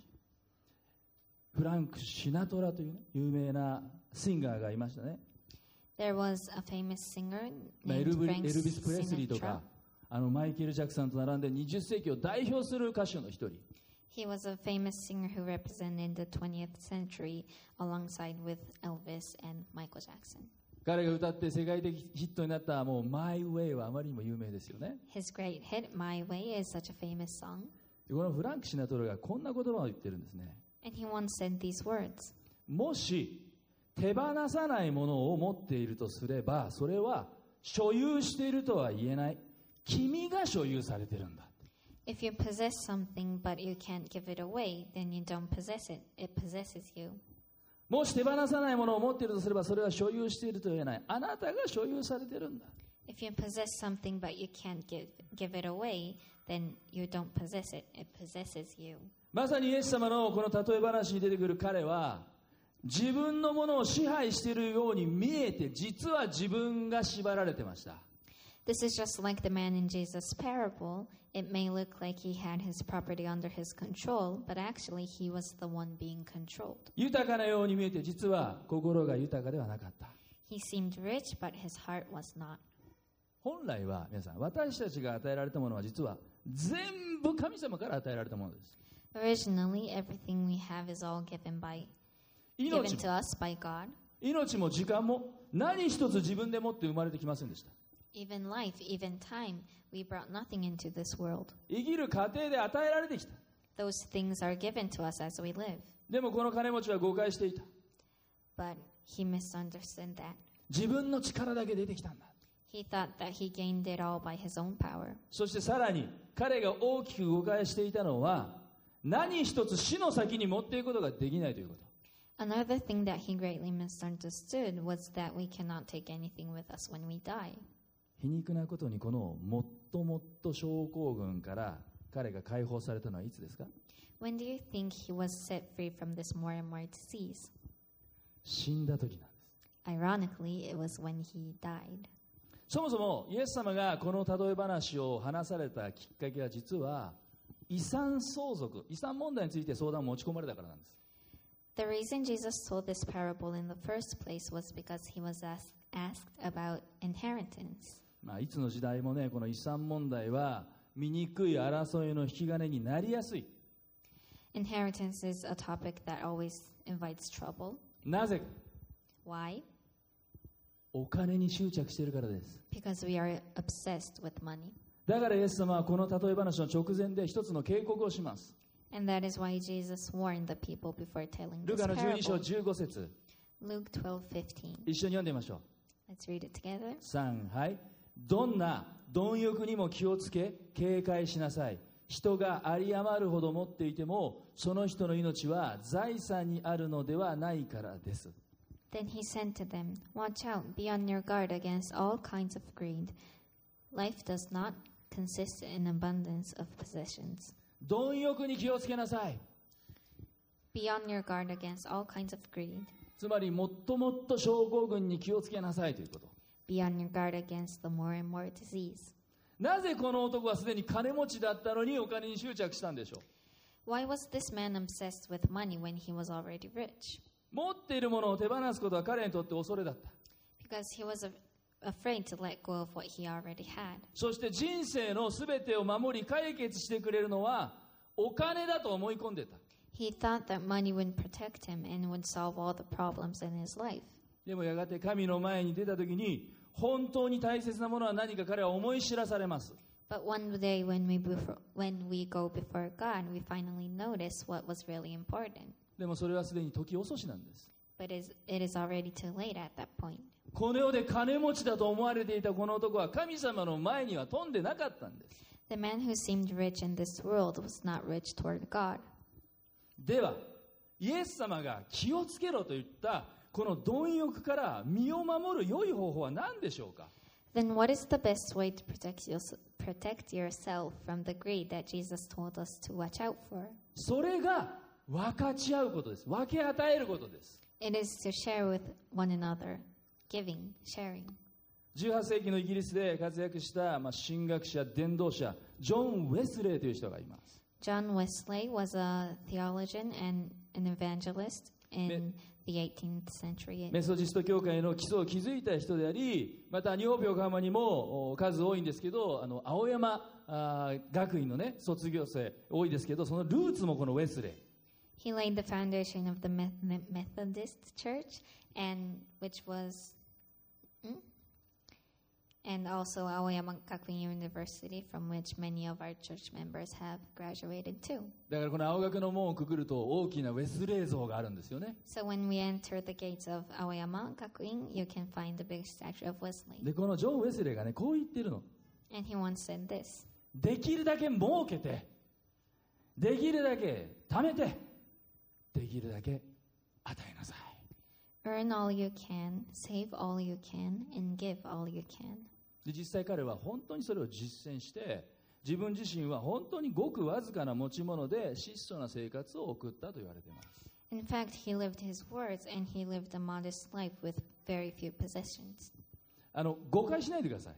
フランク・シナトラという、ね、有名なシンガーがいましたね There was a famous singer まあエ named ルブリエ Frank ルビス・プレスリーと Sinatra. かあのマイケル・ジャクソンと並んで20世紀を代表する歌手の一人 He was a famous singer who represented the 20th century alongside with Elvis and Michael Jackson. 彼が歌って世界的ヒットになったもう「マイ・ウェイ」はあまりにも有名ですよね His great hit, My Way, is such a famous song. でこのフランク・シナトラがこんな言葉を言ってるんですね And he once said these words もし手放さないものを持っているとすればそれは所有しているとは言えない君が所有されてるんだ If you possess something but you can't give it away, then you don't possess it, it possesses you. もし手放さないものを持っているとすればそれは所有していると言えないあなたが所有されてるんだ If you possess something but you can't give, give it away, then you don't possess it, it possesses you. まさにイエス様のこの例え話に出てくる彼は自分のものを支配しているように見えて実は自分が縛られてました This is just like the man in Jesus' parable. It may look like he had his property under his control, but actually he was the one being controlled. 豊かなように見えて実は心が豊かではなかった He seemed rich, but his heart was not. 本来は皆さん私たちが与えられたものは実は全部神様から与えられたものです Originally, everything we have is all given by given 命 to も us by God. 命も時間も何一つ自分で持って生まれてきませんでした Even life, even time, we brought nothing into this world. 生きる過程で与えられてきた Those things are given to us as we live. でもこの金持ちは誤解していた But he misunderstood that. 自分の力だけ出てきたんだ He thought that he gained it all by his own power. そしてさらに彼が大きく誤解していたのは何一つ死の先に持っていくことができないということ Another thing that he greatly misunderstood was that we cannot take anything with us when we die. 皮肉なことにこのもっともっと症候群から彼が解放されたのはいつですか When do you think he was set free from this more and more disease? 死んだ時なんです Ironically, it was when he died. そもそもイエス様がこの例え話を話されたきっかけは実は遺産相続遺産問題について相談を持ち込まれたからなんです The reason Jesus told this parable in the first place was because he was asked, asked about inheritance. まあ、いつの時代もねこの遺産問題は醜い争いの引き金になりやすい Inheritance is a topic that always invites trouble. なぜか Why? お金に執着しているからです Because we are obsessed with money. だからイエス様はこの例え話の直前で一つの警告をします And that is why Jesus warned the people before telling ル this カの12章 parable. 15節 Luke 12:15. 一緒に読んでみましょう Let's read it together. 3はいどんな貪欲にも気をつけ警戒しなさい人が有り余るほど持っていてもその人の命は財産にあるのではないからです Then he said to them, "Watch out, be on your guard against all kinds of greed. Life does not consist in abundance of possessions." 貪欲に気をつけなさい Be on your guard against all kinds of greed. つまりもっともっと症候群に気をつけなさいということ Be on your guard against the more and more disease. なぜこの男はすでに金持ちだったのにお金に執着したんでしょ Why was this man obsessed with money when he was already rich? う持っているものを手放すことは彼にとって恐れだった Because he was a- afraid to let go of what he already had. そして人生の全てを守り解決してくれるのはお金だと思い込んでた He thought that money would protect him and would solve all the problems in his life. でもやがて神の前に出た時に本当に大切なものは何か彼は思い知らされます But one day, when we, before, when we go before God, we finally notice what was really important. でもそれはすでに時遅しなんです But is, it is already too late at that point. この世で金持ちだと思われていたこの男は神様の前には飛んでなかったんです The man who seemed rich in this world was not rich toward God. ではイエス様が気をつけろと言ったこの貪欲から身を守る良い方法は何でしょうか Then, what is the best way to protect, your, protect yourself from the greed that Jesus told us to watch out for? それが分かち合うことです分け与えることです It is to share with one another, giving, sharing. 18世紀のイギリスで活躍した、まあ、神学者伝道者ジョン・ウェスレーという人がいます John Wesley was a theologian and an evangelist in the 18th century. メソジスト教会の基礎を築いた人でありまた日本横浜にもお数多いんですけどあの青山あー学院のね卒業生多いですけどそのルーツもこのウェスレー He laid the foundation of the Meth- Me- Methodist Church, and which was, mm? and also Aoyama Gakuin University, from which many of our church members have graduated too. だからこの青学の門をくぐると大きなウェスレー像があるんですよね So when we enter the gates of Aoyama Gakuin, you can find the big statue of Wesley. でこのジョン・ウェスレーがねこう言ってるの And he once said this できるだけ儲けてできるだけ貯めてできるだけ与えなさい Earn all you can, save all you can, and give all you can. で実際彼は本当にそれを実践して自分自身は本当にごくわずかな持ち物で質素な生活を送ったと言われています In fact, he lived his words and he lived a modest life with very few possessions. あの誤解しないでください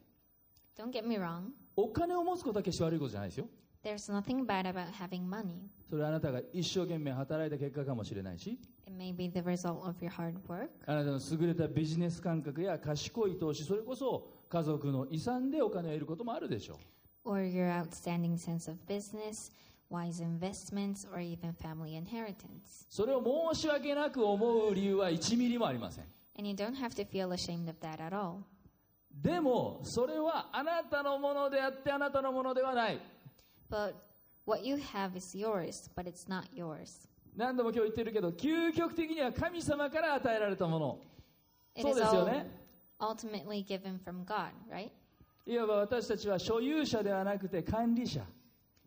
Don't get me wrong, お金を持つことは決して悪いことじゃないですよ there's nothing bad about having money. それはあなたが一生懸命働いた結果かもしれないし It may be the result of your hard work, あなたの優れたビジネス感覚や賢い投資それこそ家族の遺産でお金を得ることもあるでしょう or your outstanding sense of business, wise investments, or even family inheritance. それを申し訳なく思う理由は1ミリもありません And you don't have to feel ashamed of that at all. でもそれはあなたのものであってあなたのものではない But what you have is yours, but it's not yours. 何度も今日言ってるけど究極的には神様から与えられたもの It そう is ですよ all ね ultimately given from God, right? いわば私たちは所有者ではなくて管理者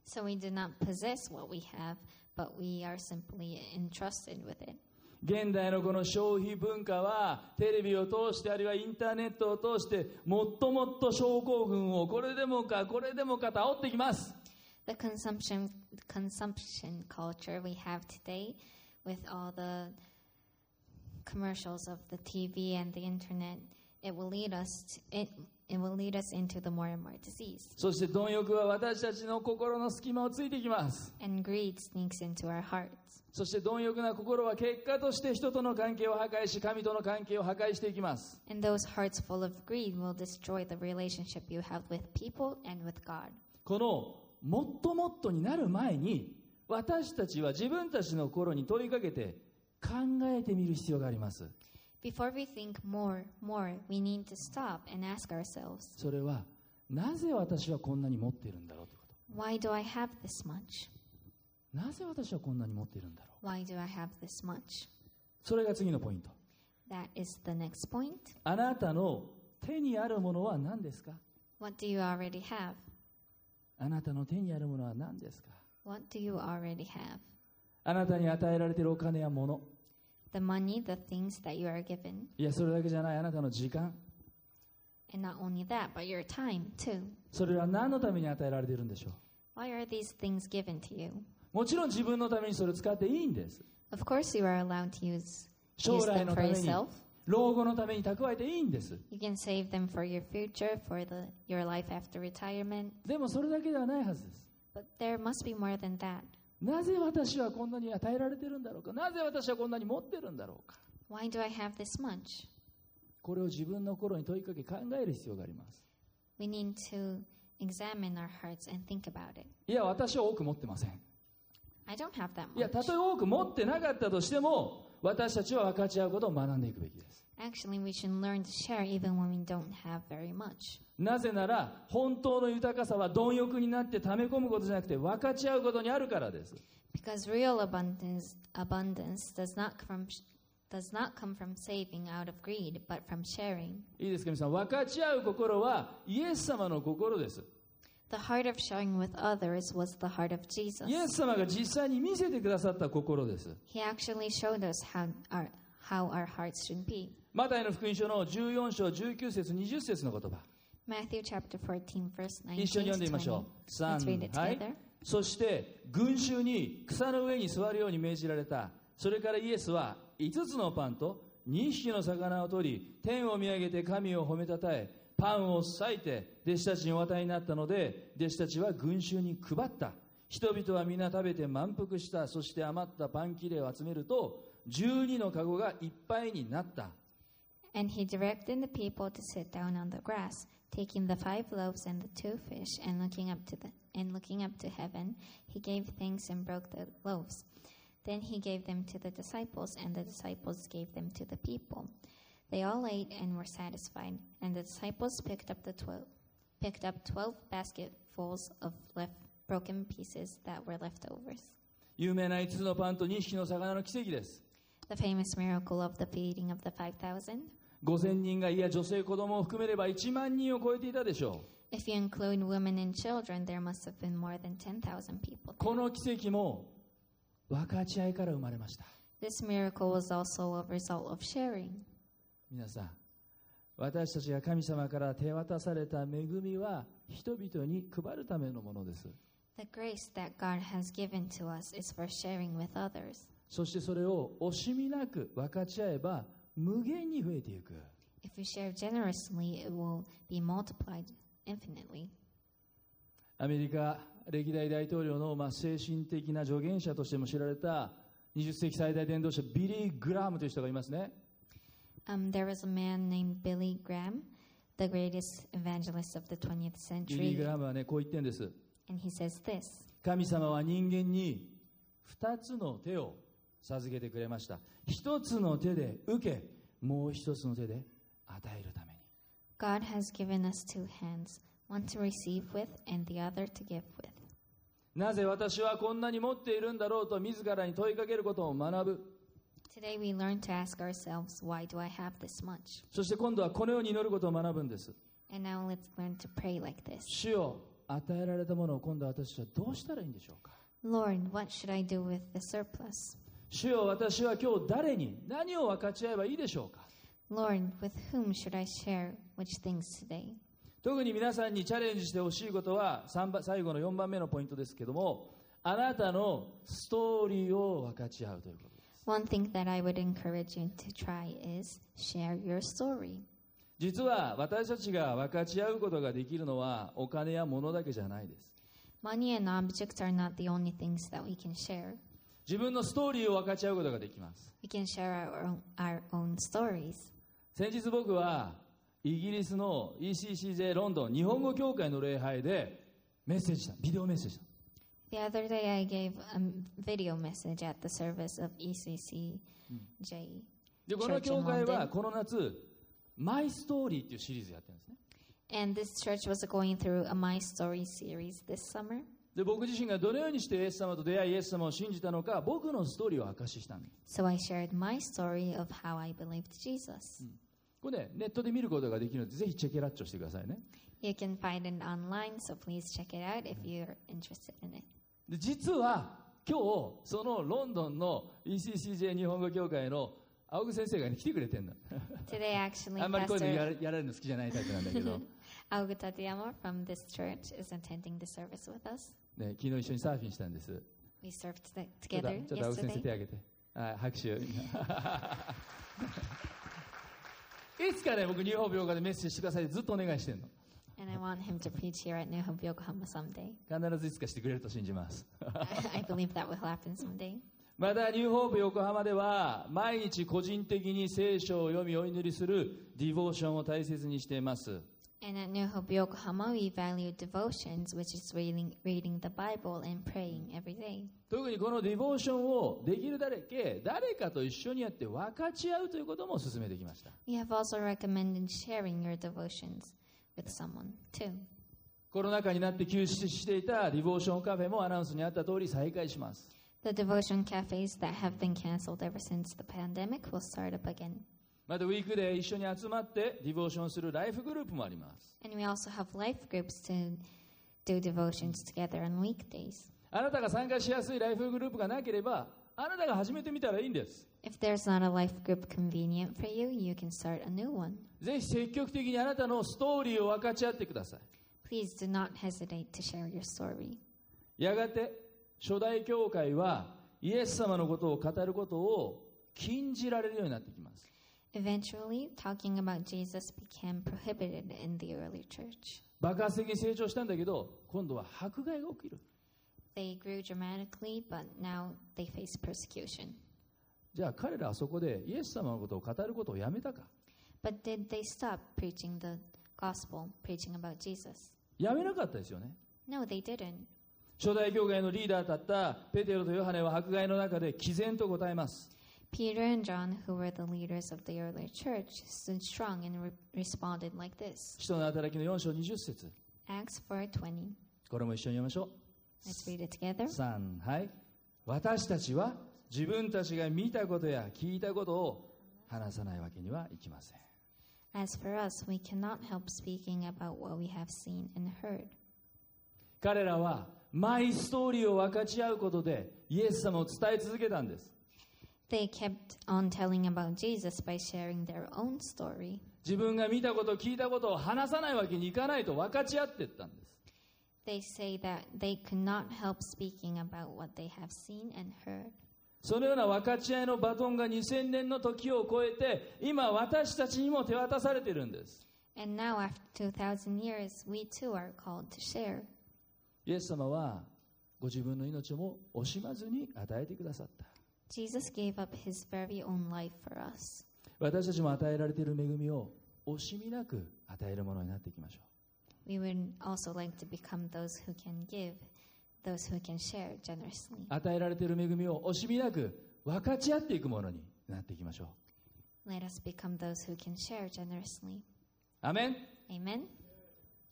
So we do not possess what we have, but we are simply entrusted with it. 現代のこの消費文化はテレビを通してあるいはインターネットを通してもっともっと症候群をこれでもかこれでもかと煽ってきます The consumption consumption culture we have today, with all the commercials of the TV and the internet, it will lead us to, it it will lead us into the more and more disease. そして貪欲は私たちの心の隙間をついてきます And greed sneaks into our hearts. そして貪欲な心は結果として人との関係を破壊し神との関係を破壊していきます And those hearts full of greed will destroy the relationship you have with people and with God. このもっともっとになる前に私たちは自分たちの心に問いかけて考えてみる必要があります Before we think more, more, we need to stop and ask ourselves, それはなぜ私はこんなに持っているんだろうということ why do I have this much? なぜ私はこんなに持っているんだろ Why do I have this much? うそれが次のポイント That is the next point. あなたの手にあるものは何ですか What do you already have? あなたの手にあるものは何ですか What do you already have? あなたに与えられているお金や物 The money, the things that you are given, いやそれだけじゃないあなたの時間 and not only that, but your time too. それは何のために与えられているんでしょう Why are these things given to you? もちろん自分のためにそれを使っていいんです Of course, you are allowed to use, 将 use 来 them の for ために yourself. 老後のために蓄えていいんです You can save them for your future, for the, your life after retirement. でもそれだけではないはずです But there must be more than that. なぜ私はこんなに与えられてるんだろうかなぜ私はこんなに持ってるんだろうか Why do I have this much? これを自分の心に問いかけ考える必要があります We need to examine our hearts and think about it. いや私は多く持ってません I don't have that いや much. たとえ多く持ってなかったとしても私たちは分かち合うことを学んでいくべきです Actually, we should learn to share even when we don't have very much. なぜなら本当の豊かさは貪欲になって溜め込むことじゃなくて分かち合うことにあるからです Because real abundance abundance does not come does not come from saving out of greed, but from sharing. いいですか皆さん分かち合う心はイエス様の心です The heart of sharing with others was the heart of Jesus. イエス様が実際に見せてくださった心です He actually showed us how our how our hearts should be. マタイの福音書の14章19節20節の言葉 Matthew chapter 14, verse 19. 一緒に読んでみまし to ょう 20. Let's read it 3はい together. そして群衆に草の上に座るように命じられたそれからイエスは5つのパンと2匹の魚を取り天を見上げて神を褒めたたえパンを裂いて弟子たちにお渡りになったので弟子たちは群衆に配った人々は皆食べて満腹したそして余ったパン切れを集めると12のカゴがいっぱいになった And he directed the people to sit down on the grass, taking the five loaves and the two fish, and looking up to the and looking up to heaven, he gave thanks and broke the loaves. Then he gave them to the disciples, and the disciples gave them to the people. They all ate and were satisfied, and the disciples picked up the twelve picked up twelve basketfuls of left broken pieces that were leftovers. 有名な5つのパンと2匹の魚の奇跡です The famous miracle of the feeding of the five thousand. 5000人がいや女性子供を含めれば1万人を超えていたでしょう If you include women and children, there must have been more than 10,000 people. この奇跡も分かち合いから生まれました This miracle was also a result of sharing. 皆さん私たちが神様から手渡された恵みは人々に配るためのものです The grace that God has given to us is for sharing with others. そしてそれを惜しみなく分かち合えば無限に増えていく If we share generously, it will be multiplied infinitely. アメリカ歴代大統領のまあ精神的な助言者としても知られた20世紀最大伝道者ビリー・グラームという人がいますね Um, there was a man named Billy Graham, the greatest evangelist of the 20th ビリー・グ century, ラームはねこう言ってるんです and he says this 神様は人間に2つの手を授けてくれました1つの手で受けもう1つの手で与えるために God has given us two hands, one to receive with and the other to give with. なぜ私はこんなに持っているんだろうと自らに問いかけることを学ぶ Today we learn to ask ourselves, why do I have this much? そして今度はこのように祈ることを学ぶんです And now let's learn to pray like this 主を与えられたものを今度は私はどうしたらいいんでしょうか Lord, what should I do with the surplus? 主よ私は今日誰に何を分かち合えばいいでしょうか Lord, with whom should I share which things today? 特に皆さんにチャレンジしてほしいことは三番最後の4番目のポイントですけどもあなたのストーリーを分かち合うということです One thing that I would encourage you to try is share your story. 実は私たちが分かち合うことができるのはお金や物だけじゃないです Money and objects are not the only things that we can share. 自分のストーリーを分かち合うことができます We can share our own, our own stories. 先日僕はイギリスの ECCJ ロンドン日本語協会の礼拝でメッセージしたビデオメッセージした The other day, I gave a m- video message at the service of E ECCJ. でこの教会はこの夏マイストーリーっていうシリーズやってるんですね And this church was going through a My Story series this summer. で僕自身がどのようにしてイエス様と出会いイエス様を信じたのか僕のストーリーを明かししたんです So I shared my story of how I believed Jesus. これねネットで見ることができるのでぜひチェケラッチョしてくださいね You can find it online, so please check it out if you're interested in it. で実は今日そのロンドンの ECCJ 日本語協会の青木先生が、ね、来てくれてんだ Today, actually, あんまりこういうのや Pastor らやられるの好きじゃないタイプなんだけ ど Augu Tateyama from this church is attending the service with us. ね、昨日一緒にサーフィンしたんです。 We served t- ちょっと together ちょっと青木先生 yesterday. 手挙げて。はい、拍 手。いつかね、僕、ニューホープヨガでメッセージしてくださいってずっとお願いしてんの。 And I want him to preach here at New Hope Yokohama someday. 必ずいつかしてくれると信じます。 I believe that will happen someday. また、ニューホープ横浜では、毎日個人的に聖書を読みお祈りするディボーションを大切にしています。 And at New Hope Yokohama, we value devotions, which is reading, reading the Bible and praying every day. 特にこのディボーションをできるだけ誰かと一緒にやって分かち合うということも進めてきました。 We have also recommended sharing your devotions with someone too. コロナ禍になって休止していたディボーションカフェもアナウンスにあった通り再開します。 The devotion cafes that have been canceled ever since the pandemic will start up again. またウィークで一緒に集まってディボーションするライフグループもあります。 And we also have life groups to do devotions together on weekdays. あなたが参加しやすいライフグループがなければ、あなたが始めてみたらいいんです。 If there's not a life group convenient for you, you can start a new one. ぜひ積極的にあなたのストーリーを分かち合ってくださ Please do not hesitate to share your story. い。やがて、初代教会はイエス様のことを語ることを禁じられるようになってきます。 Eventually, talking about Jesus became prohibited in the early church. 爆発的に成長したんだけど、今度は迫害が起きる。 They grew dramatically, but now they face persecution. じゃあ彼らはそこでイエス様のことを語ることをやめたか But did they stop preaching the gospel, preaching about Jesus? やめなかったですよね。 No, they didn't. 初代教会のリーダーだったペテロとヨハネは迫害の中で毅然と答えます。 Peter and John, who were the leaders of the early church, stood strong and re- responded like this. 使徒の働きの4章20節 Acts 4:20. これも一緒に読みましょ Let's read it together. う。3、はい。私たちは自分たちが見たことや聞いたことを話さないわけにはいきません。 As for us, we cannot help speaking about what we have seen and heard. 彼らはマイストーリーを分かち合うことでイエス様を伝え続けたんです。 They kept on telling about Jesus by sharing their own story. 自分が見たこと、聞いたことを話さないわけにいかないと分かち合っていったんです。 They say that they could not help speaking about what they have seen and heard. そのような分かち合いのバトンが2000年の時を超えて今私たちにも手渡されているんです And now, after 2,000 years, we too are called to share. イエス様はご自分の命も惜しまずに与えてくださった Jesus gave up his very own life for us. 私たちも与えられている恵みを惜しみなく与えるものになっていきましょう We would also like to become those who can give, those who can share generously. 与えられている恵みを惜しみなく分かち合っていくものになっていきましょ Let us become those who can share generously. うアメン Amen. アメン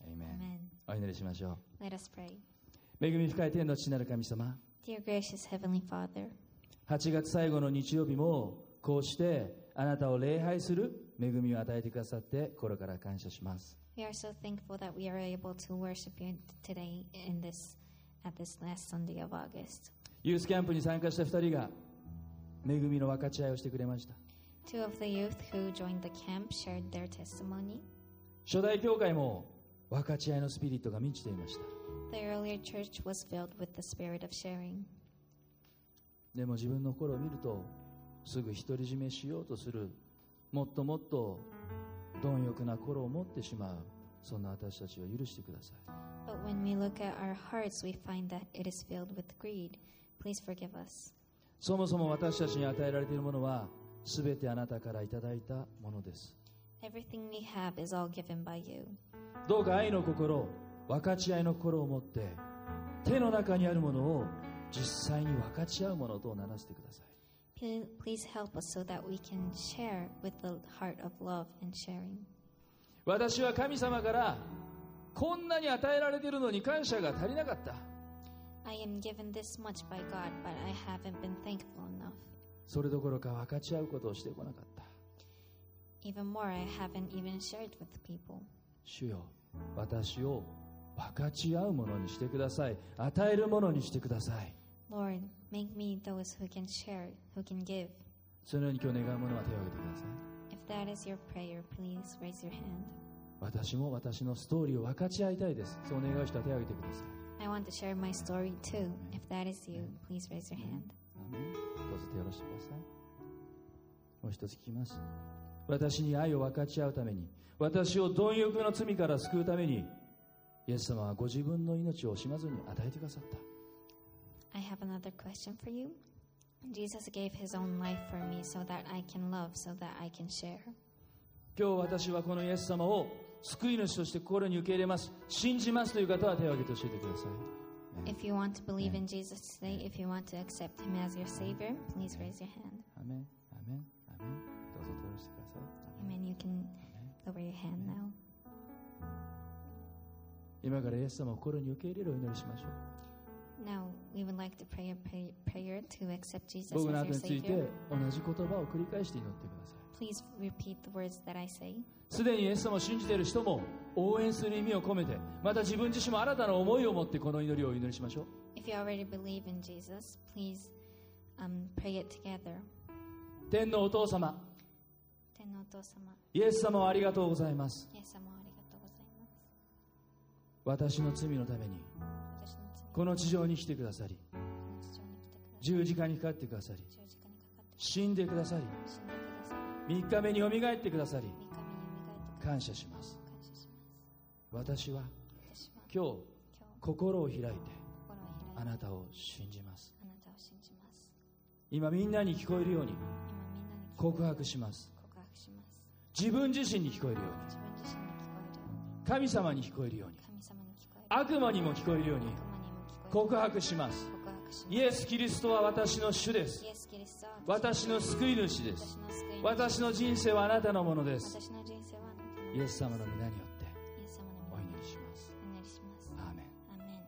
Amen. お祈りしましょ Let us pray. う恵み深い天の父なる神様 Dear gracious Heavenly Father, 8月最後の日曜日もこうしてあなたを礼拝する恵みを与えてくださって心から感謝します we are so thankful that we are able to worship you today in this at this last Sunday of August. ユースキャンプに参加した2人が恵みの分かち合いをしてくれました Two of the youth who joined the camp shared their testimony. 初代教会も分かち合いのスピリットが満ちていました The earlier church was filled with the spirit of sharing. でも自分の心を見るとすぐ独り占めしようとするもっともっと貪欲な心を持ってしまうそんな私たちを許してください But when we look at our hearts, we find that it is filled with greed. Please forgive us. そもそも私たちに与えられているものは全てあなたからいただいたものです Everything we have is all given by you. どうか愛の心分かち合いの心を持って手の中にあるものを実際に分かち合うものとならせてください Pl- Please help us so that we can share with the heart of love and sharing. 私は神様からこんなに与えられているのに感謝が足りなかった I am given this much by God, but I haven't been thankful enough. それどころか分かち合うことをしてこなかった Even more, I haven't even shared with people. 主よ私を分かち合うものにしてください与えるものにしてください Lord, make me those who can share, who can give. そのように今日願うものは手を挙げてください If that is your prayer, please raise your hand. 私も私のストーリーを分かち合いたいですそう願う人は手を挙げてください I want to share my story too. If that is you, please raise your hand. どうぞ手を下ろしてくださいもう一つ聞きます私に愛を分かち合うために私を貪欲の罪から救うためにイエス様はご自分の命を惜しまずに与えてくださった I have another question for you. Jesus gave his own life for me so that I can love, so that I can share. 今日私はこのイエス様を救い主として心に受け入れます信じますという方は手を挙げて教えてください If you want to believe in Jesus today, if you want to accept him as your Savior, please raise your hand. アメンアメンアメンどうぞ手を下ろしてくださいアメン Amen. You can lower your hand now. 今からイエス様を心に受け入れるお祈りしましょう Now, we would like to pray a pray- prayer to accept Jesus 僕の as 後 your について同 Savior. じ言葉を繰り返して祈ってください Please repeat the words that I say. すでにイエス様を信じている人も応援する意味を込めてまた自分自身も新たな思いを持ってこの祈りをお祈りしましょう If you already believe in Jesus, please um, pray it together. 天のお父様天皇お父様、イエス様をありがとうございますイエス様ありがとうございます。私の罪のために私の罪この地上に来てくださりこの地上に来てください。十字架にかかってくださり十字架にかかって死んでくださり死んでください。 3日目によみがえってくださり三日目に蘇ってください。感謝します感謝しま私はす。私は今日今日心を開いて心をあ開いてなたを信じますあなたを信じます。今みんなに聞こえるように今みんなに聞こえ告るよう白にします告白します。自分自身に聞こえるよう自分自身に聞こえるように神様に聞こえるようにに、神様に聞こえるように、悪魔にも聞こえるように悪告魔にも聞こ白しますえる。告白します。イエス・キリストは私の主ですイエス・キリストは私の救い主で私すの救い主私の人生はあなたのものです私の人生はあなたのイエス様の皆によってイエス様のお皆祈にりしますお祈りします。アーメン Amen.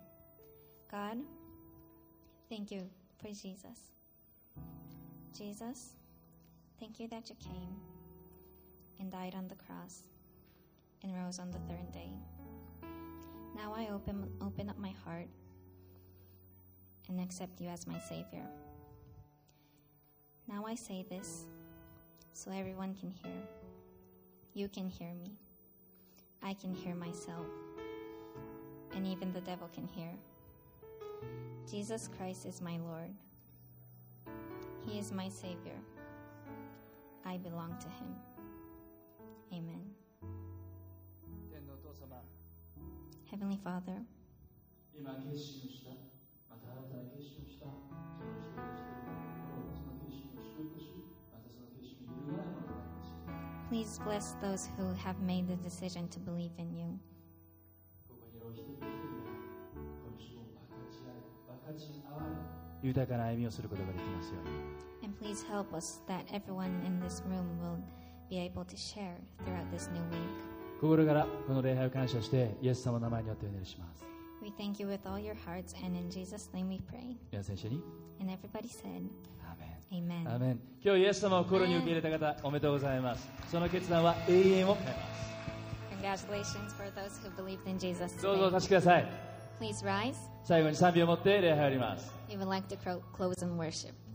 God, thank you for Jesus. Jesus, thank you that you came and died on the cross and rose on the third day. Now I open open up my heart and accept you as my savior. Now I say this so everyone can hear. You can hear me. I can hear myself and even the devil can hear. Jesus Christ is my Lord. He is my Savior. I belong to Him. Amen. 天のお父様 Heavenly Father, 今決心をしたまた新たな決心をしたその人としてどうぞその決心を祝福しまたその決心を揺るがないものとなります please bless those who have made the decision to believe in you. ここにいるお一人一人がこの主を分かち合い分かち合われ豊かな歩みをすることができますように And please help us that everyone in this room will be able to share throughout this new week. 心からこの礼拝を感謝してイエス様の名前によってお祈りします We thank you with all your hearts, and in Jesus' name we pray. 皆さん一緒に And everybody said, アーメン Amen. アーメン今日イエス様を心に受け入れた方おめでとうございますその決断は永遠を変えます Congratulations for those who believed in Jesus. どうぞお Today. 立ちください Please rise. 最後に賛美を持って礼拝を終わります We would like to cro- close in worship.